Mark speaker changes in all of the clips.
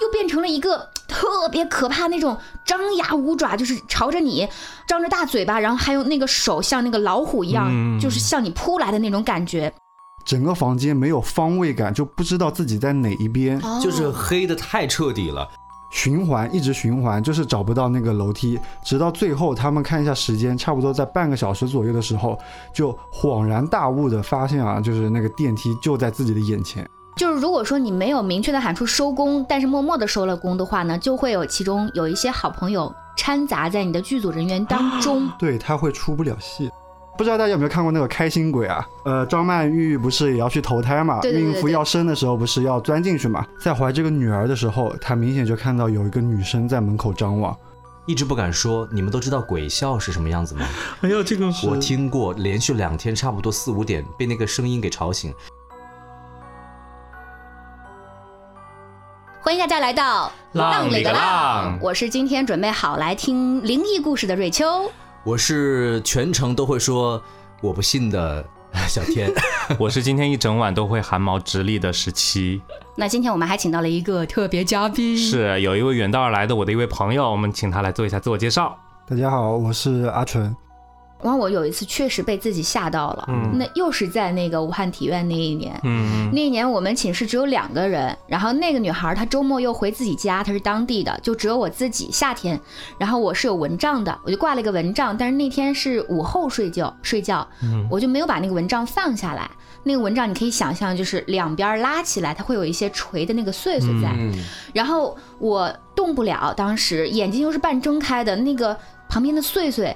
Speaker 1: 又变成了一个特别可怕那种张牙舞爪，就是朝着你张着大嘴巴，然后还有那个手像那个老虎一样，
Speaker 2: 嗯
Speaker 1: 就是向你扑来的那种感觉。
Speaker 3: 整个房间没有方位感，就不知道自己在哪一边，
Speaker 1: 哦
Speaker 2: 就是黑的太彻底了。
Speaker 3: 循环一直循环，就是找不到那个楼梯，直到最后他们看一下时间，差不多在半个小时左右的时候，就恍然大悟的发现啊，就是那个电梯就在自己的眼前。
Speaker 1: 就是如果说你没有明确的喊出收工，但是默默的收了工的话呢，就会有其中有一些好朋友掺杂在你的剧组人员
Speaker 2: 啊
Speaker 1: 当中。
Speaker 3: 对，他会出不了戏。不知道大家有没有看过那个《开心鬼》啊？呃，张曼玉不是也要去投胎嘛？
Speaker 1: 对对对对
Speaker 3: 孕妇要生的时候不是要钻进去嘛？在怀这个女儿的时候，她明显就看到有一个女生在门口张望。
Speaker 2: 一直不敢说，你们都知道鬼笑是什么样子 吗？
Speaker 4: 哎呀，这个
Speaker 2: 我听过，连续两天差不多四五点被那个声音给吵醒。
Speaker 1: 欢迎大家来到
Speaker 2: 浪里
Speaker 1: 里
Speaker 2: 个
Speaker 1: 个
Speaker 2: 浪
Speaker 1: 我是今天准备好来听灵异故事的瑞秋。
Speaker 2: 我是全程都会说我不信的小 天，
Speaker 4: 我是今天一整晚都会汗毛直立的十七，
Speaker 1: 那今天我们还请到了一个特别嘉宾，
Speaker 4: 是有一位远道而来的我的一位朋友，我们请他来做一下自我介绍。
Speaker 3: 大家好，我是阿纯。
Speaker 1: 然后我有一次确实被自己吓到了，
Speaker 4: 嗯
Speaker 1: 那又是在那个武汉体院那一年。
Speaker 4: 嗯
Speaker 1: 那一年我们寝室只有两个人，然后那个女孩她周末又回自己家，她是当地的，就只有我自己。夏天，然后我是有蚊帐的，我就挂了一个蚊帐，但是那天是午后睡觉睡觉，我就没有把那个蚊帐放下来。那个蚊帐你可以想象，就是两边拉起来，它会有一些垂的那个穗穗在。
Speaker 2: 嗯，
Speaker 1: 然后我动不了，当时眼睛又是半睁开的，那个旁边的穗穗，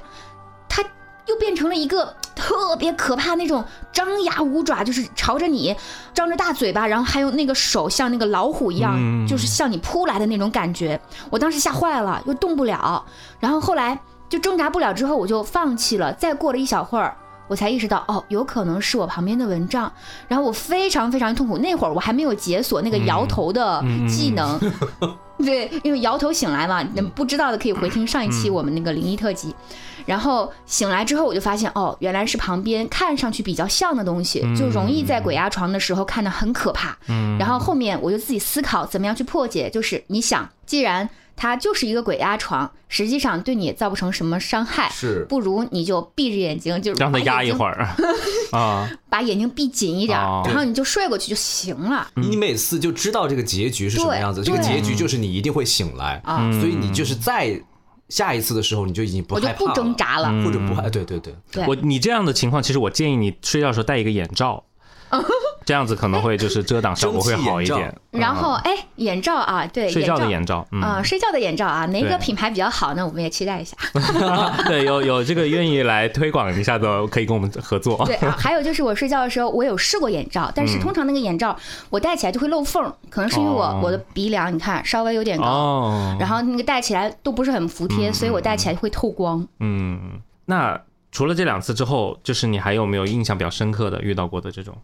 Speaker 1: 它又变成了一个特别可怕那种张牙舞爪，就是朝着你张着大嘴巴，然后还有那个手像那个老虎一样，
Speaker 4: 嗯
Speaker 1: 就是向你扑来的那种感觉。我当时吓坏了，又动不了，然后后来就挣扎不了，之后我就放弃了。再过了一小会儿。我才意识到，哦，有可能是我旁边的蚊帐，然后我非常非常痛苦。那会儿我还没有解锁那个摇头的
Speaker 4: 嗯嗯嗯
Speaker 1: 技 能，对，因为摇头醒来嘛，那不知道的可以回听上一期我们那个灵异特辑。然后醒来之后，我就发现哦，原来是旁边看上去比较像的东西，就容易在鬼压床的时候看得很可怕。
Speaker 4: 嗯，
Speaker 1: 然后后面我就自己思考怎么样去破解，就是你想，既然它就是一个鬼压床，实际上对你也造不成什么伤害，
Speaker 2: 是
Speaker 1: 不如你就闭着眼睛，就是
Speaker 4: 让他
Speaker 1: 把
Speaker 4: 压
Speaker 1: 眼
Speaker 4: 一
Speaker 1: 睛
Speaker 4: 会儿 啊，
Speaker 1: 把眼睛闭紧一点儿，
Speaker 4: 哦
Speaker 1: 然后你就睡过去就行了
Speaker 2: 你每次就知道这个结局是什么样子，
Speaker 1: 嗯对
Speaker 2: 这个
Speaker 1: 对
Speaker 2: 结局就是你一定会醒来，
Speaker 1: 啊。
Speaker 4: 嗯
Speaker 2: 所以你就是在下一次的时候，你就已经不
Speaker 1: 我就
Speaker 2: 害怕
Speaker 1: 不
Speaker 2: 了
Speaker 1: 挣，扎嗯了，
Speaker 2: 或者不哎害，对对对，
Speaker 1: 对
Speaker 4: 我你这样的情况，其实我建议你睡觉的时候戴一个眼 罩，这样子可能会就是遮挡效果会好 一
Speaker 2: 蒸汽眼
Speaker 4: 点。
Speaker 1: 然后
Speaker 4: 嗯
Speaker 1: 哎，眼罩啊，对，
Speaker 4: 睡觉的
Speaker 1: 眼
Speaker 4: 眼罩，
Speaker 1: 罩啊、
Speaker 4: 嗯，
Speaker 1: 睡觉的眼罩啊，哪个
Speaker 4: 对
Speaker 1: 品牌比较好呢？我们也期待一下。
Speaker 4: 对，有有这个愿意来推广一下的，可以跟我们合作。
Speaker 1: 对，啊还有就是我睡觉的时候，我有试过眼罩，但
Speaker 4: 嗯
Speaker 1: 是通常那个眼罩我戴起来就会漏缝儿，可能是因为我、
Speaker 4: 哦
Speaker 1: 我的鼻梁你看稍微有点高，
Speaker 4: 哦，
Speaker 1: 然后那个戴起来都不是很服帖，所以我戴起来会透光。
Speaker 4: 嗯，那除了这两次之后，就是你还有没有印象比较深刻的遇到过的这种？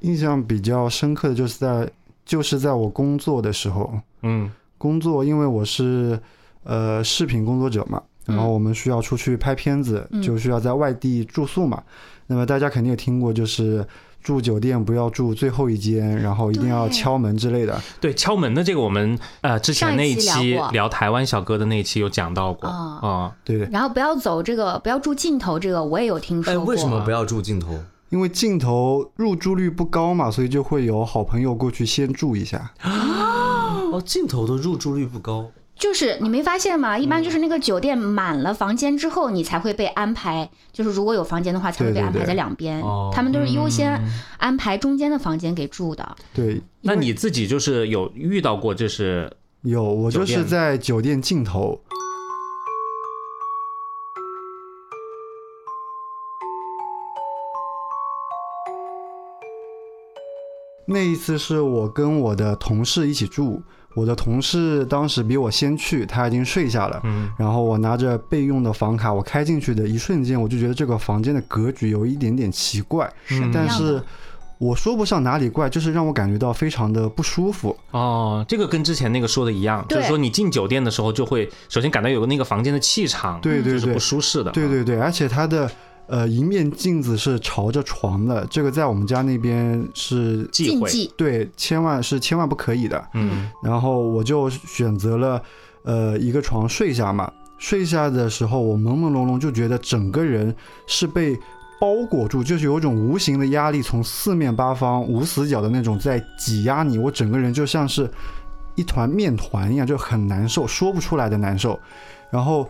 Speaker 3: 印象比较深刻的就是在就是在我工作的时候，
Speaker 4: 嗯
Speaker 3: 工作，因为我是呃视频工作者嘛，
Speaker 1: 嗯
Speaker 3: 然后我们需要出去拍片子，
Speaker 1: 嗯
Speaker 3: 就需要在外地住宿嘛。那么大家肯定也听过，就是住酒店不要住最后一间，然后一定要
Speaker 1: 对
Speaker 3: 敲门之类的。，
Speaker 4: 对，敲门的这个我们呃之前那一
Speaker 1: 上一期
Speaker 4: 期
Speaker 1: 聊过
Speaker 4: 聊台湾小哥的那一期有讲到过啊、
Speaker 1: 哦
Speaker 3: 对
Speaker 1: 然后不要走这个，不要住尽头，这个我也有听说
Speaker 2: 哎，
Speaker 1: 过。
Speaker 2: 为什么不要住镜头？
Speaker 3: 因为镜头入住率不高嘛，所以就会有好朋友过去先住一下。
Speaker 2: 哦，镜头的入住率不高，
Speaker 1: 就是你没发现
Speaker 3: 嗯
Speaker 1: 吗？一般就是那个酒店满了房间之后，你才会被安排，就是如果有房间的话，才会被
Speaker 3: 对
Speaker 1: 安
Speaker 3: 对
Speaker 1: 排
Speaker 3: 对嗯
Speaker 1: 在两边
Speaker 2: 哦。
Speaker 1: 他们都是优先安排中间的房间给住的。
Speaker 3: 对，
Speaker 4: 那你自己就是有遇到过，就是
Speaker 3: 有我就
Speaker 4: 酒
Speaker 3: 是
Speaker 4: 店
Speaker 3: 在酒店尽头。那一次是我跟我的同事一起住，我的同事当时比我先去，他已经睡下了。
Speaker 4: 嗯
Speaker 3: 然后我拿着备用的房卡，我开进去的一瞬间，我就觉得这个房间的格局有一点点奇怪，
Speaker 4: 嗯
Speaker 1: 么
Speaker 3: 但
Speaker 1: 嗯样
Speaker 3: 是
Speaker 1: 的
Speaker 3: 我说不上哪里怪，就是让我感觉到非常的不舒服。
Speaker 4: 哦，这个跟之前那个说的一样，就
Speaker 1: 对
Speaker 4: 是说你进酒店的时候就会首先感到有个那个房间的气场，
Speaker 3: 对对
Speaker 4: 就是
Speaker 3: 对
Speaker 4: 不，舒适的。啊
Speaker 3: 对对对，而且它的呃，一面镜子是朝着床的，这个在我们家那边是
Speaker 4: 忌
Speaker 1: 禁
Speaker 4: 讳，
Speaker 1: 忌，
Speaker 3: 对，千万是千万不可以的。
Speaker 4: 嗯，
Speaker 3: 然后我就选择了呃一个床睡下嘛。睡下的时候，我朦朦胧胧就觉得整个人是被包裹住，就是有一种无形的压力从四面八方无死角的那种在挤压你，我整个人就像是一团面团一样，就很难受，说不出来的难受。然后，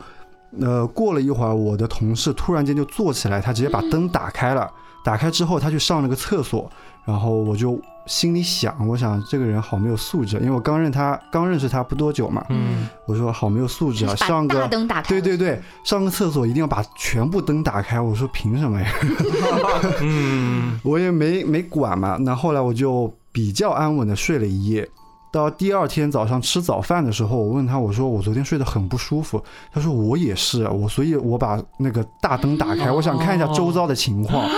Speaker 3: 呃，过了一会儿，我的同事突然间就坐起来，他直接把灯打开了。打开之后，他去上了个厕所，然后我就心里想，我想这个人好没有素质，因为我刚认他，刚认识他不多久嘛，
Speaker 4: 嗯，
Speaker 3: 我说好没有素质啊，
Speaker 1: 就是
Speaker 3: 上
Speaker 1: 把大
Speaker 3: 个
Speaker 1: 灯打开，
Speaker 3: 对对对，上个厕所一定要把全部灯打开。我说凭什么呀？
Speaker 4: 嗯，
Speaker 3: 我也没没管嘛。那后来我就比较安稳的睡了一夜。到第二天早上吃早饭的时候，我问他，我说我昨天睡得很不舒服。他说我也是啊，我所以我把那个大灯打开，我想看一下周遭的情况。
Speaker 1: 哦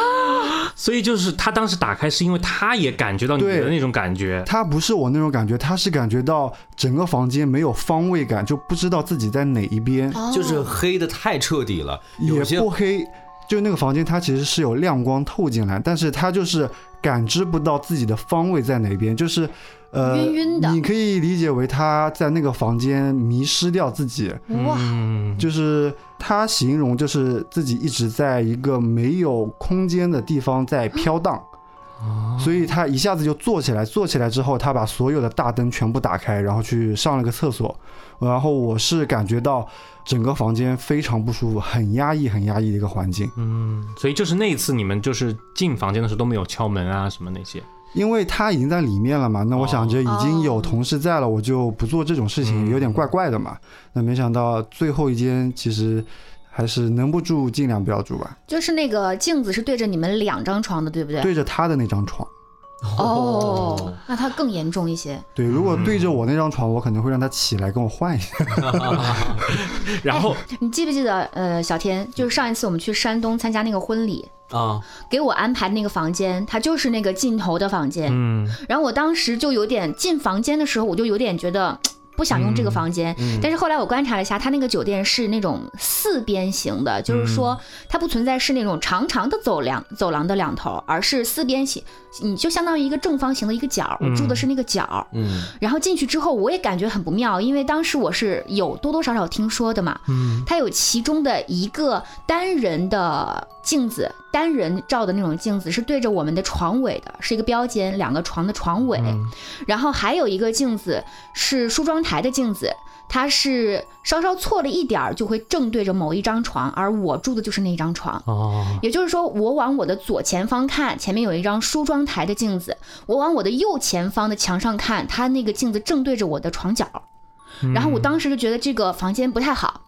Speaker 4: 所以就是他当时打开是因为他也感觉到你
Speaker 3: 对
Speaker 4: 的那种感觉，
Speaker 3: 他不是我那种感觉，他是感觉到整个房间没有方位感，就不知道自己在哪一边，
Speaker 1: 哦，
Speaker 2: 就是黑的太彻底了，有些
Speaker 3: 也不黑。就那个房间，它其实是有亮光透进来，但是它就是感知不到自己的方位在哪边，就是，呃，
Speaker 1: 晕晕的
Speaker 3: 你可以理解为他在那个房间迷失掉自己，
Speaker 1: 哇，
Speaker 4: 嗯，
Speaker 3: 就是他形容就是自己一直在一个没有空间的地方在飘荡，所以他一下子就坐起来，坐起来之后，他把所有的大灯全部打开，然后去上了个厕所，然后我是感觉到整个房间非常不舒服，很压抑，很压抑的一个环境，
Speaker 4: 所以就是那一次你们就是进房间的时候都没有敲门啊什么那些，
Speaker 3: 因为他已经在里面了嘛，那我想着已经有
Speaker 1: 哦
Speaker 3: 同事在了，我就不做这种事情，
Speaker 4: 嗯
Speaker 3: 有点怪怪的嘛。那没想到最后一间其实还是能不住尽量不要住吧，
Speaker 1: 就是那个镜子是对着你们两张床的，对不对？
Speaker 3: 对着他的那张床。
Speaker 1: 哦，那它更严重一些。
Speaker 3: 对，如
Speaker 5: 嗯
Speaker 3: 果对着我那张床，我可能会让他起来跟我换一下。
Speaker 4: 然后
Speaker 1: 你记不记得，呃，小天，就是上一次我们去山东参加那个婚礼，
Speaker 2: 啊，
Speaker 1: 给我安排的那个房间，它就是那个尽头的房间。
Speaker 4: 嗯
Speaker 1: 然后我当时就有点进房间的时候，我就有点觉得不想用这个房间。但是后来我观察了一下，它那个酒店是那种四边形的，就是说它不存在是那种长长的走廊走廊的两头，而是四边形，你就相当于一个正方形的一个角。我住的是那个角。
Speaker 2: 嗯，
Speaker 1: 然后进去之后，我也感觉很不妙，因为当时我是有多多少少听说的嘛，嗯，它有其中的一个单人的镜子，单人照的那种镜子是对着我们的床尾的，是一个标间，两个床的床尾，然后还有一个镜子是梳妆台的镜子。它是稍稍错了一点儿，就会正对着某一张床，而我住的就是那张床。
Speaker 4: 哦，
Speaker 1: 也就是说，我往我的左前方看，前面有一张梳妆台的镜子；我往我的右前方的墙上看，它那个镜子正对着我的床角。然后我当时就觉得这个房间不太好。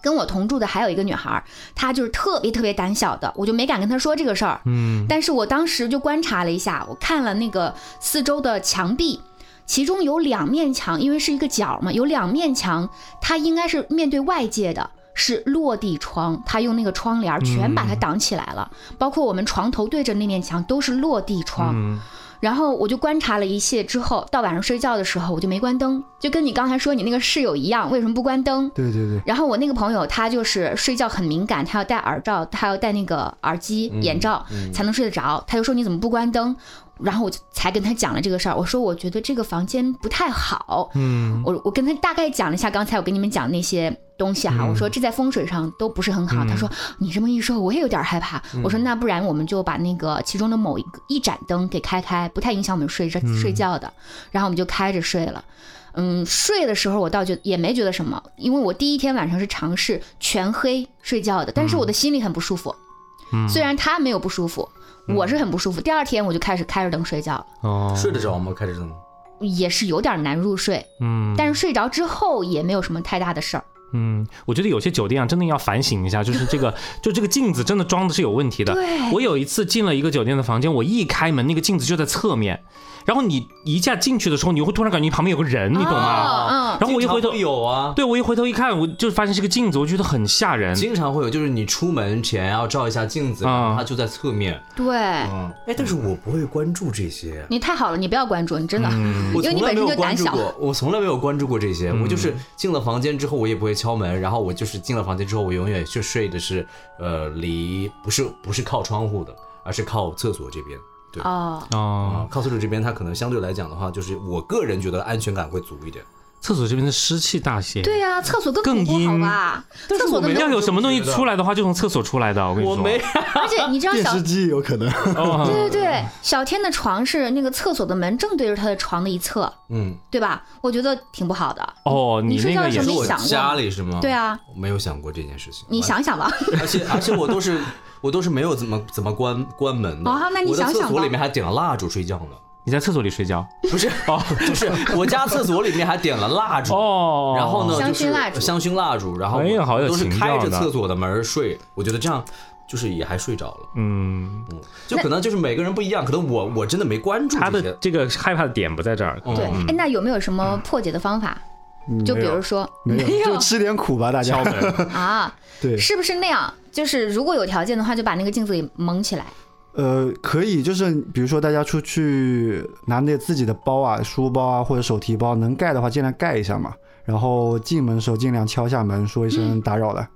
Speaker 1: 跟我同住的还有一个女孩儿，她就是特别特别胆小的，我就没敢跟她说这个事儿。
Speaker 4: 嗯，
Speaker 1: 但是我当时就观察了一下，我看了那个四周的墙壁，其中有两面墙，因为是一个角嘛，有两面墙，它应该是面对外界的，是落地窗，它用那个窗帘儿全把它挡起来了，包括我们床头对着那面墙都是落地窗。
Speaker 4: 嗯
Speaker 1: 然后我就观察了一切之后，到晚上睡觉的时候我就没关灯，就跟你刚才说你那个室友一样，为什么不关灯？
Speaker 3: 对对对，
Speaker 1: 然后我那个朋友他就是睡觉很敏感，他要戴耳罩，他要戴那个耳机、眼罩才能睡得着。他就说你怎么不关灯？然后我就才跟他讲了这个事儿，我说我觉得这个房间不太好。
Speaker 4: 嗯
Speaker 1: 我我跟他大概讲了一下刚才我跟你们讲那些东西哈、我说这在风水上都不是很好。他说你这么一说，我也有点害怕。我说那不然我们就把那个其中的某一个一盏灯给开开，不太影响我们睡着睡觉的。然后我们就开着睡了。嗯，睡的时候我倒觉得也没觉得什么，因为我第一天晚上是尝试全黑睡觉的，但是我的心里很不舒服。
Speaker 4: 嗯
Speaker 1: 虽然他没有不舒服，我是很不舒服。第二天我就开始开着灯睡觉了，
Speaker 4: 哦，
Speaker 2: 睡得着吗？开着灯，
Speaker 1: 也是有点难入睡，
Speaker 4: 嗯
Speaker 1: 但是睡着之后也没有什么太大的事儿。
Speaker 4: 嗯，我觉得有些酒店啊，真的要反省一下，就是这个，就这个镜子真的装的是有问题的。
Speaker 1: 对
Speaker 4: 我有一次进了一个酒店的房间，我一开门，那个镜子就在侧面，然后你一下进去的时候，你会突然感觉你旁边有个人，你懂吗？
Speaker 1: 哦嗯
Speaker 4: 然后我一回头
Speaker 2: 经常会，有啊，
Speaker 4: 对我一回头一看，我就发现是个镜子，我觉得很吓人。
Speaker 2: 经常会有，就是你出门前要照一下镜子，
Speaker 4: 啊
Speaker 2: 然后它就在侧面。
Speaker 1: 对
Speaker 2: 嗯，哎，但是我不会关注这些，
Speaker 1: 你太好了，你不要关注，你真的，
Speaker 4: 嗯
Speaker 2: 我
Speaker 1: 因为
Speaker 2: 从
Speaker 1: 你本
Speaker 2: 来没
Speaker 1: 身
Speaker 2: 有
Speaker 1: 就
Speaker 2: 关
Speaker 1: 胆
Speaker 2: 注
Speaker 1: 小。
Speaker 2: 过，我从来没有关注过这些。我就是进了房间之后，我也不会敲门，然后我就是进了房间之后，我永远就睡的是呃离不是不是靠窗户的，而是靠厕所这边。对啊、
Speaker 1: 哦，
Speaker 4: 哦，
Speaker 2: 靠厕所这边，它可能相对来讲的话，就是我个人觉得安全感会足一点。
Speaker 4: 厕所这边的湿气大些。
Speaker 1: 对呀、厕所更
Speaker 4: 更
Speaker 1: 恐怖好
Speaker 4: 阴
Speaker 1: 吧？
Speaker 2: 但是
Speaker 1: 厕所
Speaker 2: 我
Speaker 1: 更
Speaker 2: 没
Speaker 4: 要有什么东西
Speaker 2: 我觉得
Speaker 4: 出来的话，就从厕所出来的。我跟你
Speaker 2: 我
Speaker 4: 说，
Speaker 2: 没，
Speaker 1: 而且你知道
Speaker 5: 电
Speaker 1: 小
Speaker 5: 视机也有可 能。
Speaker 1: 对
Speaker 4: 哦，
Speaker 1: 对对，小天的床是那个厕所的门正对着他的床的一侧，
Speaker 2: 嗯，
Speaker 1: 对吧？我觉得挺不好的。
Speaker 4: 哦，
Speaker 1: 你睡觉
Speaker 4: 那个
Speaker 1: 的时
Speaker 4: 也
Speaker 1: 候没
Speaker 4: 是
Speaker 2: 你说我
Speaker 1: 想过
Speaker 2: 家里是
Speaker 4: 嗯
Speaker 2: 吗？
Speaker 1: 对，啊，
Speaker 2: 我没有想过这件事情。
Speaker 1: 你想想吧。
Speaker 2: 而且而且我都是我都是没有怎么怎么关关门的。
Speaker 1: 哦那你
Speaker 2: 我的
Speaker 1: 想想
Speaker 2: 厕所
Speaker 1: 吧
Speaker 2: 里面还点了蜡烛睡觉 呢，
Speaker 4: 你在厕所里睡觉
Speaker 2: 不是哦，就是我家厕所里面还点了蜡烛。
Speaker 4: 哦，
Speaker 2: 然后呢，
Speaker 1: 香薰
Speaker 2: 就是
Speaker 1: 蜡烛
Speaker 2: 香薰蜡烛，然后
Speaker 4: 哎呀好有
Speaker 2: 我都是
Speaker 4: 情
Speaker 2: 开
Speaker 4: 调
Speaker 2: 着
Speaker 4: 呢
Speaker 2: 厕所的门儿睡，我觉得这样就是也还睡着了，
Speaker 4: 嗯，
Speaker 2: 嗯，就可能就是每个人不一样，可能我我真的没关注
Speaker 4: 他
Speaker 2: 这
Speaker 4: 的
Speaker 2: 些，
Speaker 4: 这个害怕的点不在这儿。
Speaker 1: 对，哎，那有没有什么
Speaker 4: 嗯
Speaker 1: 破解的方法？就比如说，
Speaker 5: 没有，就
Speaker 1: 有
Speaker 5: 吃点苦吧，大家
Speaker 4: 敲。 门，
Speaker 1: 啊，
Speaker 5: 对，
Speaker 1: 是不是那样？就是如果有条件的话，就把那个镜子给蒙起来。
Speaker 3: 呃，可以，就是比如说大家出去拿那自己的包啊、书包啊或者手提包，能盖的话尽量盖一下嘛。然后进门的时候尽量敲一下门，说
Speaker 5: 嗯
Speaker 3: 一声打扰了。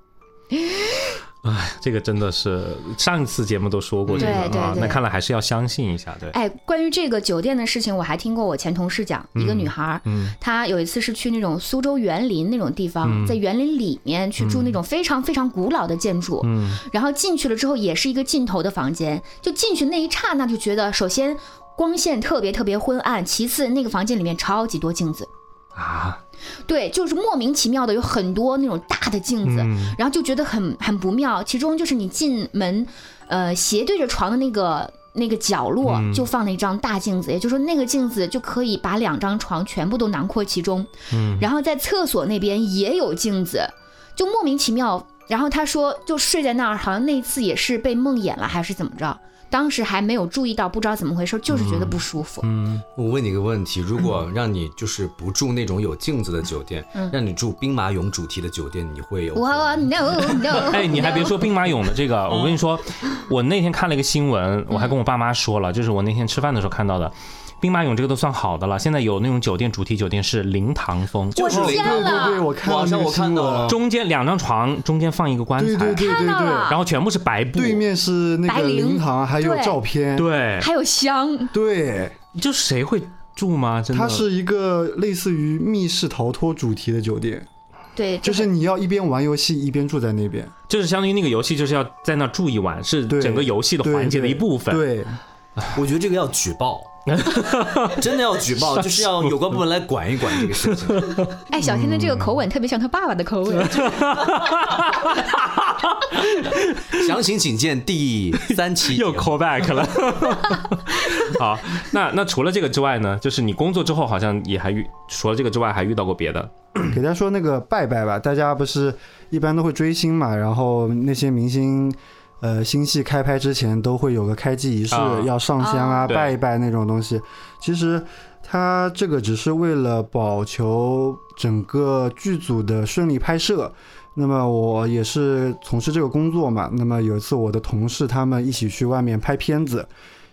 Speaker 4: 这个真的是上次节目都说过这
Speaker 1: 对
Speaker 4: 个
Speaker 1: 对
Speaker 4: 啊，
Speaker 1: 对
Speaker 4: 那看来还是要相信一下，对，
Speaker 1: 哎，关于这个酒店的事情，我还听过我前同事讲，一个女孩儿，
Speaker 4: 嗯
Speaker 1: 她有一次是去那种苏州园林那种地方，在园林里面去住那种非常非常古老的建筑，
Speaker 4: 嗯，
Speaker 1: 然后进去了之后也是一个尽头的房间，就进去那一刹那就觉得，首先光线特别特别昏暗，其次那个房间里面超级多镜子，
Speaker 4: 啊，
Speaker 1: 对，就是莫名其妙的有很多那种大的镜子，
Speaker 4: 嗯
Speaker 1: 然后就觉得很很不妙。其中就是你进门，呃，斜对着床的那个那个角落
Speaker 4: 嗯
Speaker 1: 就放了一张大镜子，也就是说那个镜子就可以把两张床全部都囊括其中。
Speaker 4: 嗯
Speaker 1: 然后在厕所那边也有镜子，就莫名其妙。然后他说就睡在那儿，好像那次也是被梦魇了还是怎么着，当时还没有注意到，不知道怎么回事，就是觉得不舒服。
Speaker 4: 嗯，
Speaker 2: 我问你个问题，如果让你就是不住那种有镜子的酒店，让你住兵马俑主题的酒店，你会有
Speaker 1: 嗯我我你那我你那
Speaker 4: 哎，你还别说兵马俑的这个，我跟你说，我那天看了一个新闻，我还跟我爸妈说了，就是我那天吃饭的时候看到的。兵马俑这个都算好的了，现在有那种酒店主题酒店是灵堂风，
Speaker 2: 就是
Speaker 1: 我
Speaker 2: 零
Speaker 1: 天
Speaker 5: 对对对，
Speaker 1: 了，
Speaker 5: 我看
Speaker 2: 网
Speaker 5: 那
Speaker 2: 上
Speaker 5: 个
Speaker 2: 我看到
Speaker 5: 新闻啊
Speaker 2: 了
Speaker 4: 中间两张床，中间放一个棺
Speaker 5: 对
Speaker 4: 材，
Speaker 5: 对对对
Speaker 1: 看到
Speaker 5: 对，
Speaker 1: 了
Speaker 4: 然后全部是白布，
Speaker 5: 对面是那
Speaker 1: 白
Speaker 5: 个
Speaker 1: 绫
Speaker 5: 灵堂，还有
Speaker 1: 对
Speaker 5: 照片。
Speaker 4: 对，
Speaker 1: 还有香，
Speaker 5: 对，
Speaker 4: 就谁会住吗？真的，
Speaker 5: 它是一个类似于密室逃脱主题的酒店，
Speaker 1: 对，
Speaker 5: 就是你要一边玩游戏一边住在那边。
Speaker 4: 就是相当于那个游戏就是要在那住一晚，是
Speaker 5: 对
Speaker 4: 整个游戏的环节的一部分。，
Speaker 5: 对，
Speaker 2: 我觉得这个要举 报，真的要举报，就是要有关部门来管一管这个事情。
Speaker 1: 哎，小天的这个口
Speaker 4: 嗯
Speaker 1: 吻特别像他爸爸的口吻，
Speaker 2: 详情请见第 三期节目。
Speaker 4: 又 call back 了。 好，那那除了这个之外呢，就是你工作之后好像也还遇，除了这个之外还遇到过别的。
Speaker 3: 给大家说那个拜拜吧，大家不是一般都会追星嘛，然后那些明星，呃，新戏开拍之前都会有个开机仪式，
Speaker 4: 啊
Speaker 3: 要上香啊、
Speaker 4: 啊对
Speaker 3: 拜一拜那种东西。其实它这个只是为了保求整个剧组的顺利拍摄。那么我也是从事这个工作嘛，那么有一次我的同事他们一起去外面拍片子，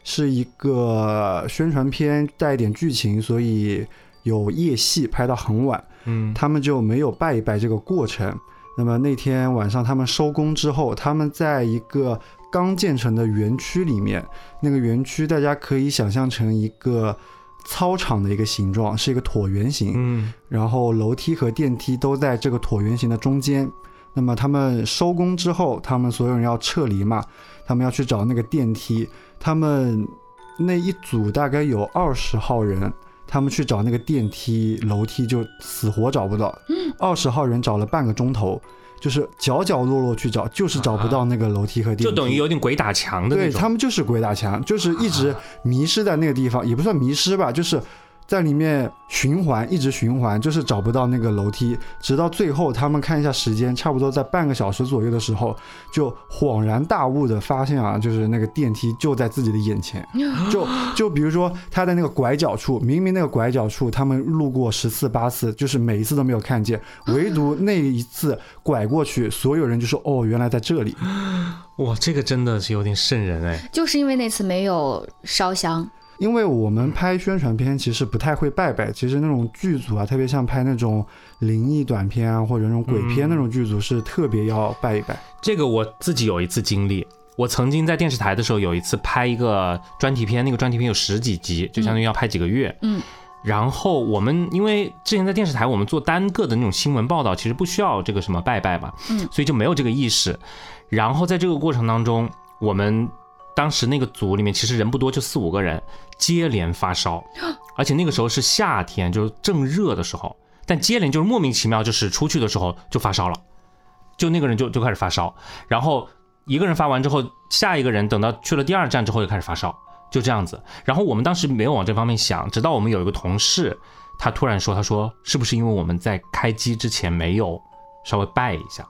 Speaker 3: 是一个宣传片带一点剧情，所以有夜戏拍到很晚。
Speaker 4: 嗯，
Speaker 3: 他们就没有拜一拜这个过程。那么那天晚上他们收工之后，他们在一个刚建成的园区里面，那个园区大家可以想象成一个操场的一个形状，是一个椭圆形。
Speaker 4: 嗯，
Speaker 3: 然后楼梯和电梯都在这个椭圆形的中间。那么他们收工之后，他们所有人要撤离嘛，他们要去找那个电梯。他们那一组大概有二十号人，他们去找那个电梯楼梯就死活找不到。二十号人找了半个钟头，就是角角落落去找，就是找不到那个楼梯和电梯。
Speaker 4: 就等于有点鬼打墙的那
Speaker 3: 对
Speaker 4: 种。啊
Speaker 3: 他们就是鬼打墙，就是一直迷失在那个地方，也不算迷失吧，就是在里面循环，一直循环，就是找不到那个楼梯，直到最后他们看一下时间，差不多在半个小时左右的时候，就恍然大悟的发现啊，就是那个电梯就在自己的 眼前，就就比如说他的那个拐角处，明明那个拐角处他们路过十次八次，就是每一次都没有看见，唯独那一次拐过去，所有人就说哦，原来在这里。
Speaker 4: 哇，这个真的是有点瘆人哎。
Speaker 1: 就是因为那次没有烧香，
Speaker 3: 因为我们拍宣传片其实不太会拜拜，其实那种剧组啊，特别像拍那种灵异短片啊，或者那种鬼片那种剧组是特别要拜一拜。
Speaker 4: 这个我自己有一次经历，我曾经在电视台的时候有一次拍一个专题片，那个专题片有十几集，就相当于要拍几个月。
Speaker 1: 嗯，
Speaker 4: 然后我们因为之前在电视台，我们做单个的那种新闻报道，其实不需要这个什么拜拜嘛，
Speaker 1: 嗯
Speaker 4: 所以就没有这个意识。然后在这个过程当中，我们当时那个组里面其实人不多，就四五个人，接连发烧，而且那个时候是夏天，就是正热的时候，但接连就是莫名其妙，就是出去的时候就发烧了，就那个人就就开始发烧，然后一个人发完之后，下一个人等到去了第二站之后又开始发烧，就这样子。然后我们当时没有往这方面想，直到我们有一个同事，他突然说，他说是不是因为我们在开机之前没有稍微拜一下？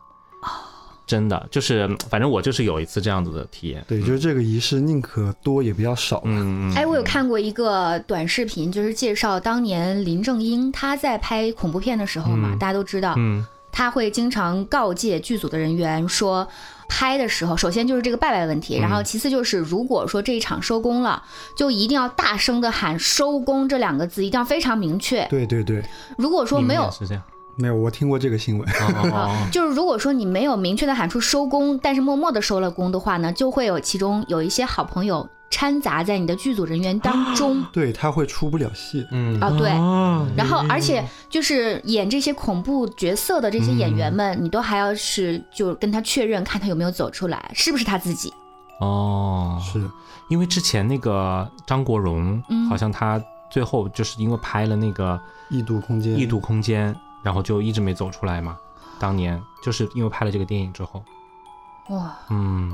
Speaker 4: 真的就是，反正我就是有一次这样子的体验。
Speaker 3: 对，就是这个仪式宁可多也不要少。
Speaker 4: 嗯嗯，嗯
Speaker 1: 哎，我有看过一个短视频，就是介绍当年林正英他在拍恐怖片的时候嘛，
Speaker 4: 嗯
Speaker 1: 大家都知道，
Speaker 4: 嗯，
Speaker 1: 他会经常告诫剧组的人员说，拍的时候，首先就是这个拜拜问题，然
Speaker 4: 嗯
Speaker 1: 后其次就是，如果说这一场收工了，就一定要大声的喊“收工”这两个字，一定要非常明确。
Speaker 3: 对对对，
Speaker 1: 如果说没
Speaker 4: 你们
Speaker 1: 有
Speaker 4: 也，是这样。
Speaker 3: 没有，我听过这个 新闻。
Speaker 4: 哦 哦哦
Speaker 1: 就是如果说你没有明确的喊出收工，但是默默的收了工的话呢，就会有其中有一些好朋友掺杂在你的剧组人员当 中
Speaker 3: 对他会出不了戏。
Speaker 4: 嗯
Speaker 1: 啊，对。
Speaker 4: 哦
Speaker 1: 然后，而且就是演这些恐怖角色的这些演员
Speaker 4: 嗯
Speaker 1: 们，你都还要是就跟他确认，看他有没有走出来，是不是他自己。
Speaker 4: 哦，
Speaker 3: 是，
Speaker 4: 因为之前那个张国荣，
Speaker 1: 嗯
Speaker 4: 好像他最后就是因为拍了那个
Speaker 3: 异度空
Speaker 4: 《
Speaker 3: 间，
Speaker 4: 异度空间》，然后就一直没走出来嘛。当年就是因为拍了这个电影之后，
Speaker 1: 哇，
Speaker 4: 嗯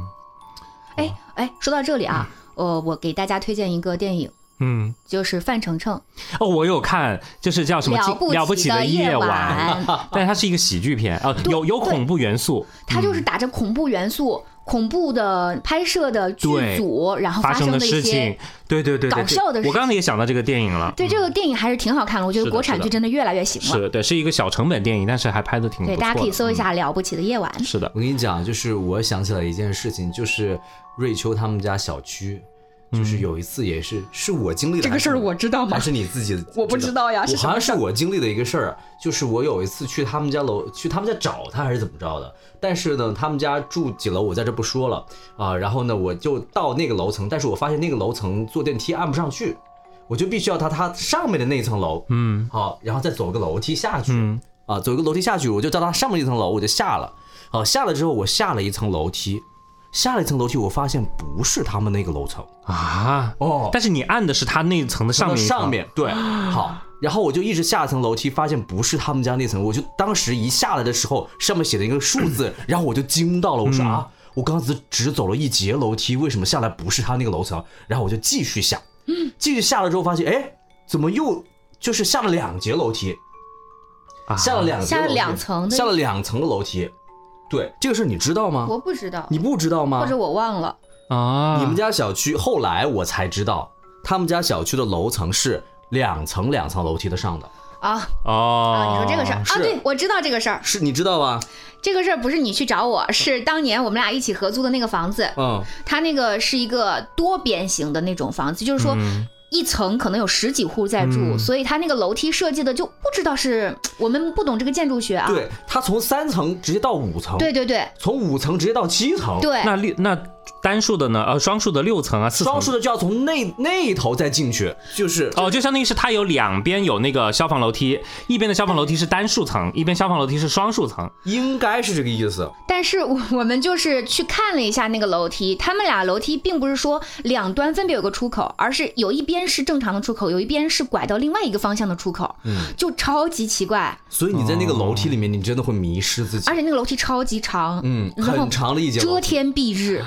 Speaker 1: 哎哎，说到这里啊，呃，我给大家推荐一个电影，
Speaker 4: 嗯，
Speaker 1: 就是范丞丞
Speaker 4: 哦，我有看，就是叫什
Speaker 1: 《
Speaker 4: 么
Speaker 1: 了
Speaker 4: 《了不
Speaker 1: 起
Speaker 4: 起的
Speaker 1: 夜》，
Speaker 4: 夜晚》，但是它是一个喜剧片啊，
Speaker 1: 对
Speaker 4: 有有
Speaker 1: 对
Speaker 4: 恐怖元素，
Speaker 1: 它就是打着恐怖元素、恐怖的拍摄的剧
Speaker 4: 对
Speaker 1: 组，然后
Speaker 4: 发
Speaker 1: 哦生
Speaker 4: 的
Speaker 1: 一
Speaker 4: 事
Speaker 1: 些
Speaker 4: 情。，对对对对，
Speaker 1: 搞
Speaker 4: 对
Speaker 1: 笑的事
Speaker 4: 我刚刚也想到这个电影了，
Speaker 1: 对这个电影还是挺好看的，我觉得
Speaker 4: 是的
Speaker 1: 国产
Speaker 4: 是
Speaker 1: 剧
Speaker 4: 的
Speaker 1: 真的越来越行了。
Speaker 4: 是对，是一个小成本电影，但是还拍的挺不
Speaker 1: 对，
Speaker 4: 错的。
Speaker 1: 大家可以搜一下《了不起的夜晚》
Speaker 4: 嗯。是的，
Speaker 2: 我跟你讲，就是我想起来一件事情，就是瑞秋他们家小区，
Speaker 1: 嗯
Speaker 2: 就是有一次也是是我经历的还是你
Speaker 1: 知道
Speaker 2: 还是你自己，
Speaker 1: 我不知道呀啊是
Speaker 2: 我
Speaker 1: 什
Speaker 2: 好
Speaker 1: 么
Speaker 2: 像是我经历的一个事儿，啊就是我有一次去他们家楼，去他们家找他还是怎么着的，但是呢，他们家住几楼我在这不说了啊，然后呢，我就到那个楼层，但是我发现那个楼层坐电梯按不上去，我就必须要到他上面的那一层楼，
Speaker 4: 嗯
Speaker 2: 好，然后再走个楼梯下去，
Speaker 4: 嗯
Speaker 2: 啊，走一个楼梯下去，我就到他上面一层楼，我就下了。好、下了之后，我下了一层楼梯，下了一层楼梯，我发现不是他们那个楼层
Speaker 4: 啊，
Speaker 2: 哦
Speaker 4: 但是你按的是它那一层的上面一层
Speaker 2: 上面 对，好，然后我就一直下一层楼梯，发现不是他们家那层，我就当时一下来的时候，上面写了一个数字，然后我就惊到了，我
Speaker 4: 嗯
Speaker 2: 说、啊，我刚才只走了一节楼梯，为什么下来不是他那个楼层？然后我就继续下，继续下了之后发现，哎，怎么又就是下了两节楼梯？
Speaker 4: 啊
Speaker 2: 下了两节
Speaker 1: 下了
Speaker 2: 楼梯
Speaker 1: 两层的
Speaker 2: 下了两层的楼梯。对，这个事儿你知道吗？
Speaker 1: 我不知道，
Speaker 2: 你不知道吗？
Speaker 1: 或者我忘了。
Speaker 4: 啊，
Speaker 2: 你们家小区后来我才知道，他们家小区的楼层是两层两层楼梯的上的，
Speaker 1: 啊啊！
Speaker 4: 哦，
Speaker 1: 你说这个事儿啊，
Speaker 2: 是
Speaker 1: 对，我知道这个事儿。
Speaker 2: 是你知道吧？
Speaker 1: 这个事儿不是你去找我，是当年我们俩一起合租的那个房子，
Speaker 4: 哦
Speaker 2: 嗯，
Speaker 1: 它那个是一个多边形的那种房子，就是说
Speaker 4: 嗯
Speaker 1: 一层可能有十几户在住，
Speaker 4: 嗯
Speaker 1: 所以它那个楼梯设计的就不知道是我们不懂这个建筑学啊。
Speaker 2: 对，哦它从三层直接到五层，
Speaker 1: 对，对对
Speaker 2: 从五层直接到七层，，
Speaker 1: 对
Speaker 4: 那六那单数的呢？呃，双数的六层啊，四层
Speaker 2: 双数的就要从那那一头再进去，就是
Speaker 4: 哦，就相当于是它有两边有那个消防楼梯，一边的消防楼梯是单数层，一边消防楼梯是双数层。
Speaker 2: 应该是这个意思。
Speaker 1: 但是我我们就是去看了一下那个楼梯，他们俩楼梯并不是说两端分别有个出口，而是有一边是正常的出口，有一边是拐到另外一个方向的出口，
Speaker 2: 嗯，
Speaker 1: 就超级奇怪，
Speaker 2: 所以你在那个楼梯里面，你真的会迷失自己
Speaker 1: 而。且那个楼梯超级长，
Speaker 2: 嗯，
Speaker 1: 哦然后
Speaker 2: 很长的一节楼
Speaker 1: 遮
Speaker 2: 梯，
Speaker 1: 天蔽日，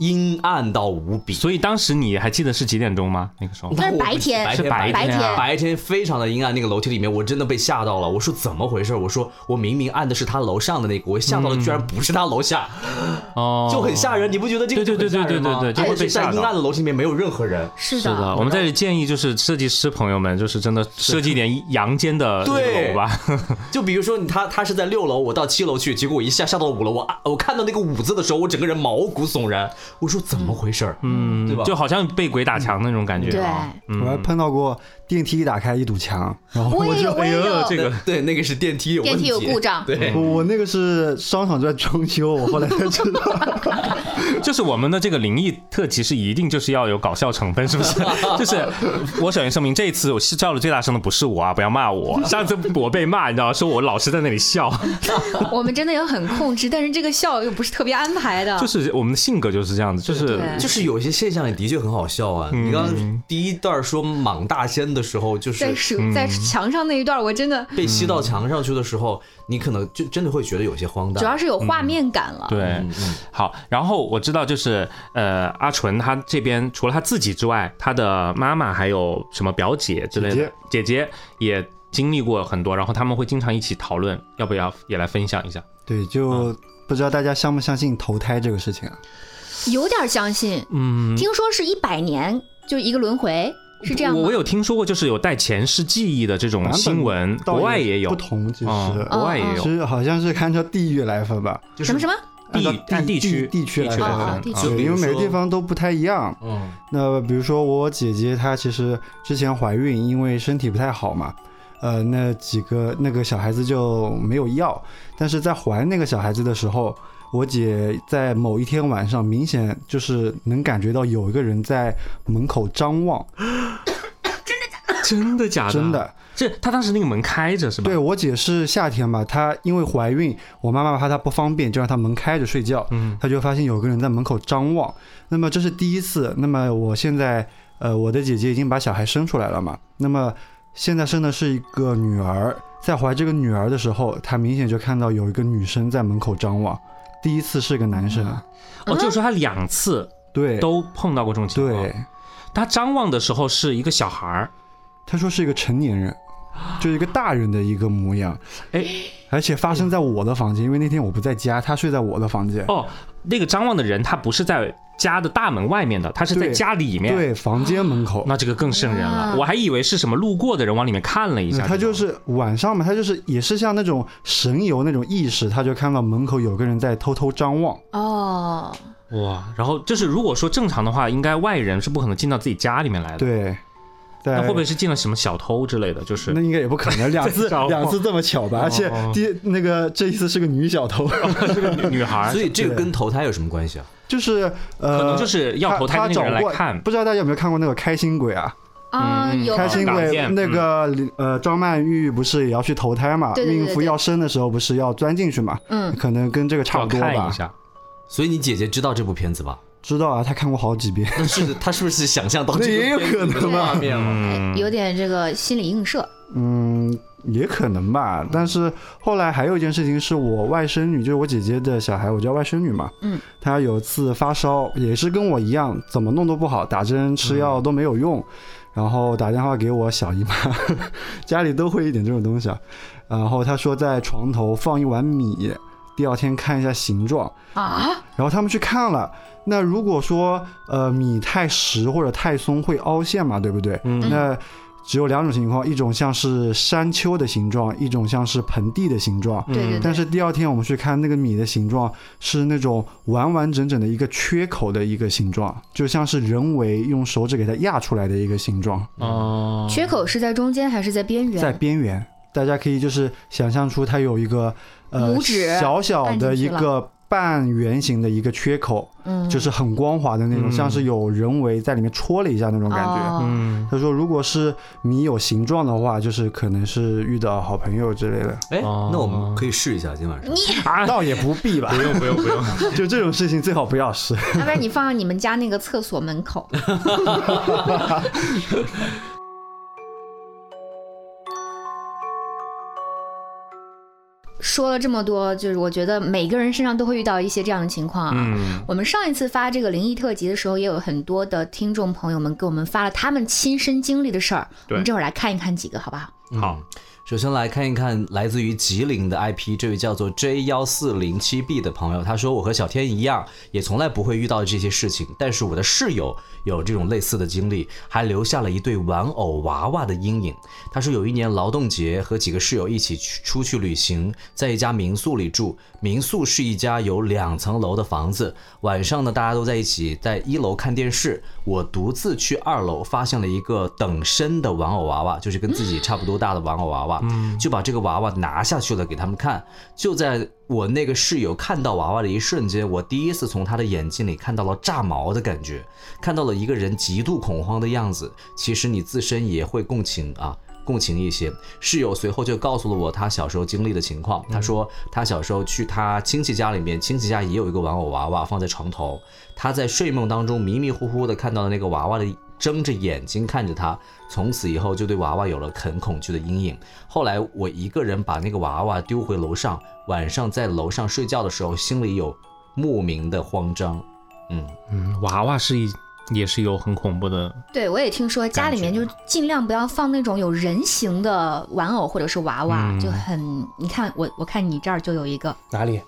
Speaker 2: 阴暗到无比。
Speaker 4: 所以当时你还记得是几点钟吗？那个时候
Speaker 1: 那是
Speaker 2: 我
Speaker 1: 白天
Speaker 2: 白
Speaker 4: 是白
Speaker 2: 白
Speaker 1: 天啊
Speaker 2: 白天非常的阴暗。那个楼梯里面，我真的被吓到了。我说怎么回事？我说我明明按的是他楼上的那个，我吓到了，居然不是他楼下，
Speaker 4: 哦，
Speaker 2: 就很吓人。你不觉得这个
Speaker 4: 对对对
Speaker 2: 就很吓人吗
Speaker 4: 对对对对就
Speaker 2: 而
Speaker 4: 会
Speaker 2: 且
Speaker 4: 被吓
Speaker 2: 在
Speaker 4: 到
Speaker 2: 阴暗的楼梯里面没有任何人。
Speaker 1: 是
Speaker 4: 是的，我们在这里建议就是设计师朋友们，就是真的设计一点阳间的
Speaker 2: 对
Speaker 4: 楼吧，
Speaker 2: 就比如说你他他是在六楼，我到七楼去，结果我一下下到五楼，我啊我看到那个五字的时候，我整个人毛骨悚然。我说怎么回事儿？嗯，对吧？
Speaker 4: 就好像被鬼打墙那种感觉。
Speaker 1: 对，
Speaker 4: 嗯
Speaker 3: 我还碰到过电梯一打开一堵墙，然后
Speaker 1: 我也有，我
Speaker 4: 哎
Speaker 1: 也
Speaker 4: 呦
Speaker 1: 有
Speaker 4: 这个嗯
Speaker 2: 那对那个是电梯有
Speaker 1: 电梯有
Speaker 2: 问题
Speaker 1: 故障，
Speaker 2: 对。
Speaker 3: 我我那个是商场在装修，我后来 才知道。
Speaker 4: 就是我们的这个灵异特辑是一定就是要有搞笑成分， 是不是？就是我首先声明，这一次我是叫的最大声的不是我啊，不要骂我。上次我被骂，你知道，说我老是在那里笑，
Speaker 1: 我们真的有很控制，但是这个笑又不是特别安排的，
Speaker 4: 就是我们的性格就是这样子，就是
Speaker 1: 对
Speaker 2: 就是有些现象也的确很好笑啊！
Speaker 4: 嗯
Speaker 2: 你刚刚第一段说莽大仙的时候，就
Speaker 1: 在
Speaker 2: 是
Speaker 1: 手在墙上那一段，我真的
Speaker 2: 被
Speaker 3: 嗯
Speaker 2: 吸到墙上去的时候，你可能就真的会觉得有些荒
Speaker 1: 主
Speaker 2: 诞。
Speaker 1: 要是有画面感了。
Speaker 4: 对，好，然后我知道就是呃，阿纯她这边除了她自己之外，她的妈妈还有什么表姐之类的姐
Speaker 3: 姐
Speaker 4: 姐也经历过很多，然后他们会经常一起讨论，要不要也来分享一下？
Speaker 3: 对，就不知道大家相不相信投胎这个事情啊？
Speaker 1: 有点相信，
Speaker 4: 嗯，
Speaker 1: 听说是一百年就一个轮回，是这样吗？
Speaker 4: 我我有听说过，就是有带前世记忆的这种
Speaker 3: 版本
Speaker 4: 新闻，
Speaker 3: 倒
Speaker 4: 国外也有
Speaker 3: 不，同，其实、啊
Speaker 4: 嗯，国外也
Speaker 1: 嗯
Speaker 4: 有
Speaker 3: 其，实好像是按照地域来分吧，
Speaker 2: 就是
Speaker 1: 什么什么？
Speaker 3: 按照
Speaker 4: 地按地区
Speaker 3: 地区来
Speaker 4: 地区啊
Speaker 1: 来
Speaker 3: 分
Speaker 1: 分，
Speaker 2: 就
Speaker 3: 对，
Speaker 2: 比
Speaker 3: 因
Speaker 2: 如
Speaker 3: 为每个
Speaker 2: 说
Speaker 3: 地方都不太一样。
Speaker 2: 嗯，
Speaker 3: 那比如说我姐姐她其实之前怀孕，因为身体不太好嘛，呃，那几个那个小孩子就没有要，但是在怀那个小孩子的时候，我姐在某一天晚上明显就是能感觉到有一个人在门口张望，
Speaker 4: 真的
Speaker 2: 啊
Speaker 4: 假的？
Speaker 3: 真，的。
Speaker 4: 这他当时那个门开着是吧？
Speaker 3: 对我姐是夏天嘛，她因为怀孕，我妈妈怕她不方便，就让她门开着睡觉。
Speaker 4: 嗯，
Speaker 3: 她就发现有个人在门口张望。那么这是第一次。那么我现在，呃，我的姐姐已经把小孩生出来了嘛。那么现在生的是一个女儿，在怀这个女儿的时候，她明显就看到有一个女生在门口张望。第一次是个男生，
Speaker 4: 哦，就是说他两次
Speaker 3: 对
Speaker 4: 都碰到过这种情况
Speaker 3: 对。，
Speaker 4: 他张望的时候是一个小孩儿，
Speaker 3: 她说是一个成年人，就是一个大人的一个模样。
Speaker 4: 哎，
Speaker 3: 而且发生在我的房间，因为那天我不在家，她睡在我的房间。
Speaker 4: 哦，那个张望的人他不是在家的大门外面的，他是在
Speaker 3: 对
Speaker 4: 家里面。，
Speaker 3: 对，房间门口。
Speaker 4: 那这个更瘆人了
Speaker 1: 啊，
Speaker 4: 我还以为是什么路过的人往里面看了一
Speaker 3: 嗯
Speaker 4: 下。
Speaker 3: 他就是晚上嘛，他就是也是像那种神游那种意识，他就看到门口有个人在偷偷张望。
Speaker 1: 哦，
Speaker 4: 哇，然后就是如果说正常的话，应该外人是不可能进到自己家里面来的。，
Speaker 3: 对，在
Speaker 4: 那会不会是进了什么小偷之类的？就是
Speaker 3: 那应该也不可能，两 次
Speaker 4: 张望哦
Speaker 3: 两次这么巧吧？而且第那个这一次是个女小偷，
Speaker 4: 女女 孩
Speaker 2: 所
Speaker 4: 儿，
Speaker 2: 以这个跟投胎有什么关系啊？
Speaker 3: 就是呃，
Speaker 4: 可能就是要投胎
Speaker 3: 他
Speaker 4: 的那个人
Speaker 3: 他找
Speaker 4: 来
Speaker 3: 过
Speaker 4: 看
Speaker 3: 不知道大家有没有看过那个《开心鬼》啊？
Speaker 1: 啊，
Speaker 4: 嗯
Speaker 1: 有
Speaker 3: 开
Speaker 4: 心
Speaker 3: 心
Speaker 4: 港
Speaker 3: 鬼
Speaker 4: 片
Speaker 3: 那个呃张曼玉不是也要去投胎嘛？
Speaker 1: 对对对对
Speaker 3: 孕妇要生的时候不是要钻进去嘛？
Speaker 1: 嗯，
Speaker 3: 可能跟这个差不多
Speaker 4: 要看
Speaker 3: 吧
Speaker 4: 一。下。
Speaker 2: 所以你姐姐知道这部片 子吧？
Speaker 3: 知道啊，她看过好几遍。
Speaker 2: 但是她是不是想象到这
Speaker 3: 那也有
Speaker 2: 个片子
Speaker 3: 可
Speaker 2: 的
Speaker 3: 能啊吧
Speaker 2: 画面了？
Speaker 4: 嗯，
Speaker 1: 有点这个心理映射。
Speaker 3: 嗯，也可能吧。但是后来还有一件事情是我外甥女，就是我姐姐的小孩，我叫外甥女嘛。
Speaker 1: 嗯，
Speaker 3: 她有次发烧，也是跟我一样，怎么弄都不好，打针吃药都没有用，然后打电话给我小姨妈， 家里都会一点这种东西啊。然后她说在床头放一碗米，第二天看一下形状。
Speaker 1: 啊，
Speaker 3: 然后他们去看了，那如果说呃米太实或者太松会凹陷嘛，对不对？
Speaker 4: 嗯
Speaker 3: 那只有两种情况，一种像是山丘的形状，一种像是盆地的形状。
Speaker 1: 对对对，
Speaker 3: 但是第二天我们去看那个米的形状是那种完完整整的一个缺口的一个形状，就像是人为用手指给它压出来的一个形状，
Speaker 4: 哦，
Speaker 1: 缺口是在中间还是在边缘？
Speaker 3: 在边缘。大家可以就是想象出它有一个呃
Speaker 1: 拇指
Speaker 3: 小小的
Speaker 1: 按进
Speaker 3: 一
Speaker 1: 去了
Speaker 3: 个半圆形的一个缺口，
Speaker 1: 嗯，
Speaker 3: 就是很光滑的那种，
Speaker 4: 嗯
Speaker 3: 像是有人为在里面戳了一下那种感觉。
Speaker 1: 哦
Speaker 4: 嗯，
Speaker 3: 他说，如果是米有形状的话，就是可能是遇到好朋友之类 的，
Speaker 2: 哎，
Speaker 4: 哦
Speaker 2: 那我们可以试一下今晚上。
Speaker 4: 啊，
Speaker 3: 倒也不必吧
Speaker 4: 不。用不用不用，
Speaker 3: 就这种事情最好不要试。
Speaker 1: 要不然你放到你们家那个厕所门 口。说了这么多，就是我觉得每个人身上都会遇到一些这样的情况啊。
Speaker 4: 嗯，
Speaker 1: 我们上一次发这个灵异特辑的时候，也有很多的听众朋友们给我们发了他们亲身经历的事儿。我
Speaker 4: 对
Speaker 1: 们这会儿来看一看几个，好不好？
Speaker 4: 好，
Speaker 2: 首先来看一看来自于吉林的 IP，这位叫做 J 幺四零七 B 的朋友，他说我和小天一样，也从来不会遇到这些事情，但是我的室友有这种类似的经历，还留下了一对玩偶娃娃的阴影。他说有一年劳动节和几个室友一起去出去旅行，在一家民宿里住，民宿是一家有两层楼的房子，晚上呢大家都在一起在一楼看电视，我独自去二楼发现了一个等身的玩偶娃娃，就是跟自己差不多大的玩偶娃娃，就把这个娃娃拿下去了给他们看。就在我那个室友看到娃娃的一瞬间，我第一次从他的眼睛里看到了炸毛的感觉，看到了一个人极度恐慌的样子。其实你自身也会共情啊。共情一些。室友随后就告诉了我他小时候经历的情况。他说他小时候去他亲戚家里面，亲戚家也有一个玩偶娃娃放在床头，他在睡梦当中迷迷糊糊的看到了那个娃娃的睁着眼睛看着他，从此以后就对娃娃有了很恐惧的阴影。后来我一个人把那个娃娃丢回楼上，晚上在楼上睡觉的时候，心里有莫名的慌张。嗯，
Speaker 4: 嗯娃娃是一也是有很恐怖的，
Speaker 1: 对，我也听说家里面就尽量不要放那种有人形的玩偶或者是娃娃，
Speaker 4: 嗯
Speaker 1: 就很你看我我看你这儿就有一个
Speaker 6: 哪里？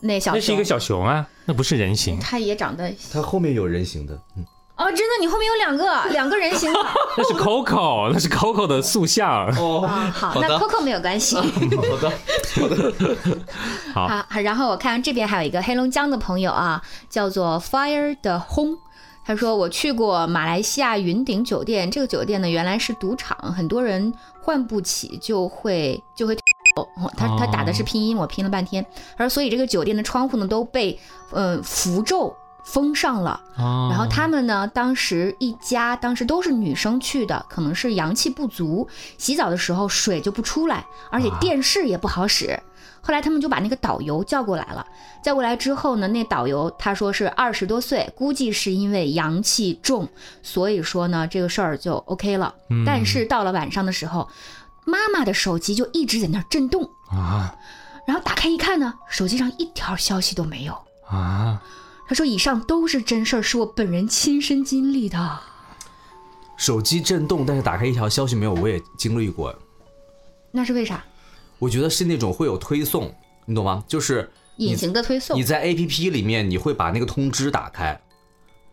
Speaker 1: 那小
Speaker 4: 那是一个
Speaker 1: 熊
Speaker 4: 小熊啊，那不是 人形。
Speaker 1: 它也长得
Speaker 2: 它后面有人形的，嗯，
Speaker 1: 哦，真的，你后面有两个两个人形 的
Speaker 4: 那是 Coco，那是 Coco 的塑像。
Speaker 1: 啊，好，
Speaker 2: 好
Speaker 1: 那
Speaker 2: 的
Speaker 1: Coco 没有关系。
Speaker 2: 好的，
Speaker 4: 好
Speaker 1: 好，然后我看这边还有一个黑龙江的朋友啊，叫做 Fire 的轰。他说：“我去过马来西亚云顶酒店，这个酒店呢原来是赌场，很多人换不起就会就会哦他他打的是拼音，我拼了半天。他说，所以这个酒店的窗户呢都被嗯、呃符咒封上了。
Speaker 4: 哦
Speaker 1: 然后他们呢，当时一家当时都是女生去的，可能是阳气不足，洗澡的时候水就不出来，而
Speaker 4: 啊
Speaker 1: 且电视也不好使。后来他们就把那个导游叫过来了，叫过来之后呢，那导游他说是二十多岁，估计是因为阳气重，所以说呢这个事儿就 OK 了。
Speaker 4: 嗯
Speaker 1: 但是到了晚上的时候，妈妈的手机就一直在那儿震动，
Speaker 4: 啊
Speaker 1: 然后打开一看呢，手机上一条消息都没有。
Speaker 4: 啊，
Speaker 1: 他说以上都是真事儿，是我本人亲身经历的。
Speaker 2: 手机震动，但是打开一条消息没有，我也经历过。
Speaker 1: 那是为啥？
Speaker 2: 我觉得是那种会有推送，你懂吗？就是你
Speaker 1: 隐形的推送
Speaker 2: 你。在 APP 里面，你会把那个通知打开，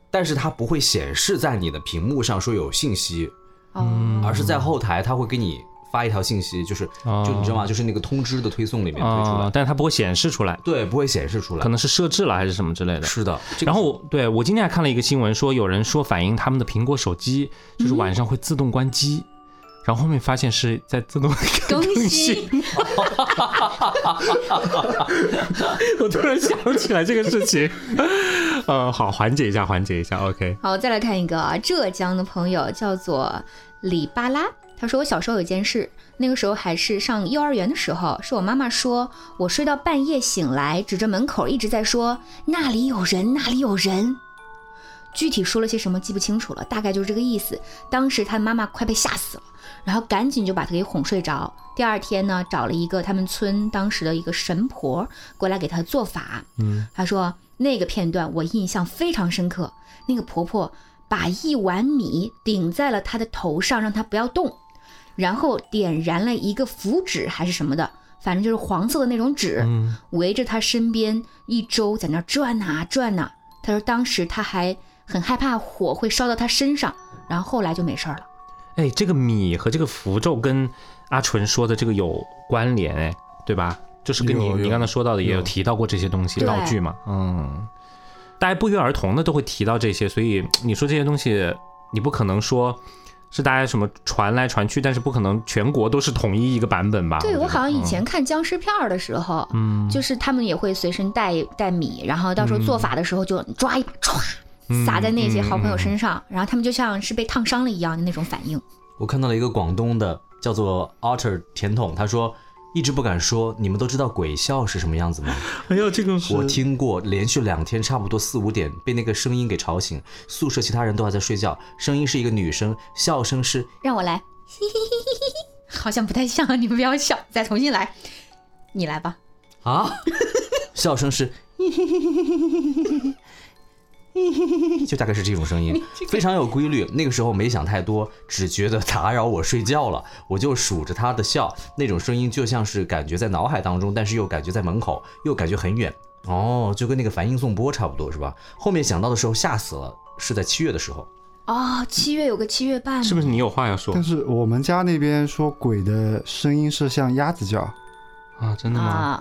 Speaker 2: 但是它不会显示在你的屏幕上说有信息，
Speaker 1: 哦，
Speaker 2: 嗯而是在后台它会给你发一条信息，就是
Speaker 4: 哦
Speaker 2: 就你知道吗？就是那个通知的推送里面推出
Speaker 4: 啊
Speaker 2: 来，，
Speaker 4: 但是它不会显示出来，
Speaker 2: 哦对，不会显示出来
Speaker 4: 可。能是设置了还是什么之类的。
Speaker 2: 是的，这个
Speaker 4: 然后
Speaker 2: 是
Speaker 4: 我对我今天还看了一个新闻，说有人说反映他们的苹果手机就是晚上会自动关
Speaker 2: 嗯
Speaker 4: 机，然后后面发现是在自动
Speaker 1: 更
Speaker 4: 更
Speaker 1: 新
Speaker 4: 新。我突然想起来这个事情， 呃，好，缓解一下，缓解一下，OK。
Speaker 1: 好，再来看一个啊，浙江的朋友叫做李巴拉，他说我小时候有件事，那个时候还是上幼儿园的时候，是我妈妈说我睡到半夜醒来，指着门口一直在说那里有人，那里有人。具体说了些什么记不清楚了，大概就是这个意思。当时他妈妈快被吓死了，然后赶紧就把他给哄睡着。第二天呢，找了一个他们村当时的一个神婆过来给他做法。嗯，他说那个片段我印象非常深刻，那个婆婆把一碗米顶在了她的头上，让她不要动，然后点燃了一个符纸还是什么的，反正就是黄色的那种纸，围着她身边一周在那儿转呐、转呐、她说当时她还很害怕火会烧到她身上，然后后来就没事儿了。
Speaker 4: 哎，这个米和这个符咒跟阿纯说的这个有关联，哎，对吧？就是跟你
Speaker 3: 有有
Speaker 4: 你刚才说到的也有提到过这些东西
Speaker 1: 对
Speaker 4: 道具嘛，嗯，大家不约而同的都会提到这些，所以你说这些东西，你不可能说是大家什么传来传去，但是不可能全国都是统一一个版本吧？
Speaker 1: 对，
Speaker 4: 啊我
Speaker 1: 我
Speaker 4: 觉
Speaker 1: 好
Speaker 4: 得
Speaker 1: 像以前看僵尸片儿的时候，嗯，就是他们也会随身带带米，然后到时候做法的时候就抓一把歘。撒在那些好朋友身上，然后他们就像是被烫伤了一样的那种反应。
Speaker 2: 我看到了一个广东的叫做 Otter 甜筒，他说。一直不敢说，你们都知道鬼笑是什么样子吗？
Speaker 4: 哎呀，这个
Speaker 2: 我听过，连续两天差不多四五点被那个声音给吵醒，宿舍其他人都还在睡觉，声音是一个女生，笑声是
Speaker 1: 让我来，好像不太像，你们不要笑，再重新来。你来吧。
Speaker 2: 啊， 笑声是，就大概是这种声音，非常有规律。那个时候没想太多，只觉得打扰我睡觉了，我就数着他的笑，那种声音就像是感觉在脑海当中，但是又感觉在门口，又感觉很远。哦，就跟那个梵音颂钵差不多是吧？后面想到的时候吓死了，是在七月的时候。
Speaker 1: 哦，七月有个七月半，
Speaker 4: 是不是你有话要说
Speaker 3: 但是我们家那边说鬼的声音是像鸭 子叫，
Speaker 4: 啊？真的吗？
Speaker 1: 啊？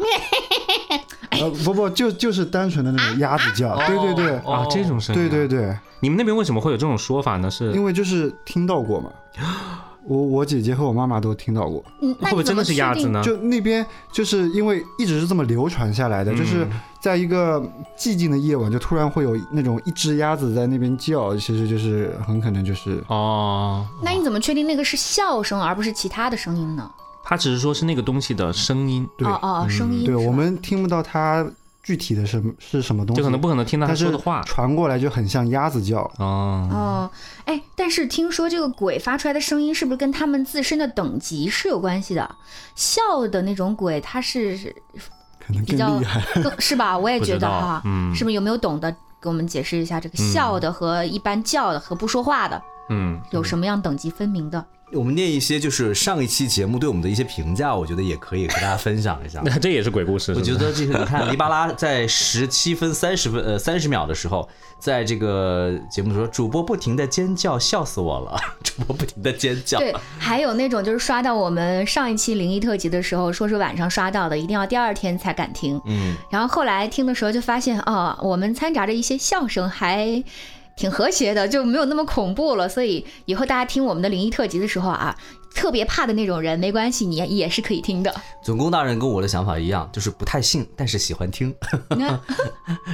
Speaker 3: 呃，不不，就就是单纯的那种鸭子叫，对对对，
Speaker 4: 啊，这种声音、
Speaker 3: 对对，对，
Speaker 4: 你们那边为什么会有这种说法呢？是
Speaker 3: 因为就是听到过嘛，
Speaker 4: 哦
Speaker 3: 我我姐姐和我妈妈都听到过，
Speaker 1: 嗯，那
Speaker 4: 会不会
Speaker 1: 你怎
Speaker 4: 真
Speaker 1: 么
Speaker 4: 的是鸭
Speaker 1: 确
Speaker 4: 子
Speaker 1: 定？
Speaker 4: 呢？
Speaker 3: 就那边就是因为一直是这么流传下
Speaker 4: 嗯
Speaker 3: 来的，就是在一个寂静的夜晚，就突然会有那种一只鸭子在那边叫，其实就是很可能就是
Speaker 4: 哦，
Speaker 1: 那你怎么确定那个是笑声而不是其他的声音呢？
Speaker 4: 他只是说是那个东西的声音，
Speaker 3: 对
Speaker 1: 哦哦，
Speaker 4: 嗯
Speaker 1: 声音
Speaker 3: 对
Speaker 1: 是吧
Speaker 3: 我们听不到它具体的什么是什么东西，
Speaker 4: 就可能不可能听到他
Speaker 3: 但
Speaker 4: 说
Speaker 3: 是啊
Speaker 4: 的话。
Speaker 3: 传过来就很像鸭子叫，
Speaker 4: 哦，
Speaker 1: 哦，哎，但是听说这个鬼发出来的声音是不是跟他们自身的等级是有关系的？笑的那种鬼，它是
Speaker 3: 可能
Speaker 1: 比
Speaker 3: 更
Speaker 1: 较
Speaker 3: 厉害。
Speaker 1: 更 是吧？我也
Speaker 4: 不
Speaker 1: 觉
Speaker 4: 知
Speaker 1: 得
Speaker 4: 道
Speaker 1: 哈，
Speaker 4: 嗯
Speaker 1: 是不是有没有懂的给我们解释一下这个笑的和一般叫的和不说话的
Speaker 4: 嗯，
Speaker 1: 有什么样等级分明的？
Speaker 2: 我们念一些就是上一期节目对我们的一些评价，我觉得也可以和大家分享一 下。
Speaker 4: 那这也是鬼故事。
Speaker 2: 我觉
Speaker 4: 是不是
Speaker 2: 得这个，你看黎巴拉在十七分三十分呃三十秒的时候，在这个节目说主播不停的尖叫，笑死我了， 主播不停的尖叫。
Speaker 1: 对，还有那种就是刷到我们上一期灵异特辑的时候，说是晚上刷到的，一定要第二天才敢听。
Speaker 2: 嗯，
Speaker 1: 然后后来听的时候就发现，哦，我们掺杂着一些笑声，还挺和谐的，就没有那么恐怖了。所以以后大家听我们的灵异特辑的时候啊，特别怕的那种人，没关系，你也是可以听的。
Speaker 2: 总工大人跟我的想法一样，就是不太信，但是喜欢听。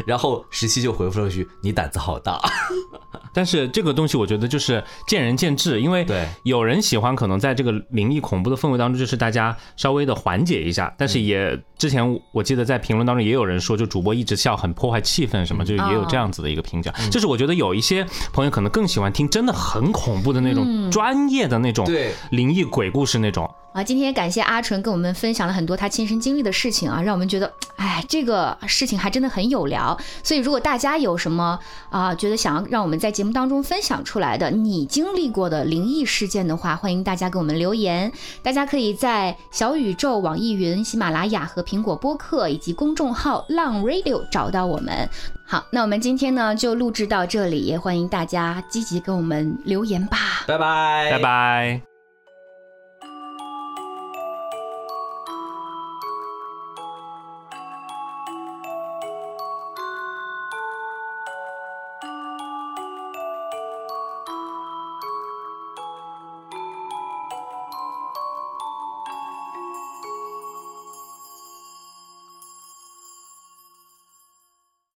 Speaker 2: 然后十七就回复了一句：“你胆子好大。
Speaker 4: 但是这个东西我觉得就是见仁见智，因为
Speaker 2: 对
Speaker 4: 有人喜欢，可能在这个灵异恐怖的氛围当中，就是大家稍微的缓解一下。但是也之前我记得在评论当中也有人说，就主播一直笑很破坏气氛什么，就是也有这样子的一个评价。就是我觉得有一些朋友可能更喜欢听真的很恐怖的那种专业的那种
Speaker 2: 对
Speaker 4: 灵异鬼故事那种。
Speaker 1: 啊，今天也感谢阿纯跟我们分享了很多他亲身经历的事情啊，让我们觉得，哎，这个事情还真的很有聊。所以，如果大家有什么啊、觉得想要让我们在节目当中分享出来的你经历过的灵异事件的话，欢迎大家给我们留言。大家可以在小宇宙、网易云、喜马拉雅和苹果播客以及公众号浪 Radio 找到我们。好，那我们今天呢就录制到这里，也欢迎大家积极跟我们留言吧。”
Speaker 4: 哎
Speaker 2: 拜拜，
Speaker 4: 拜。拜。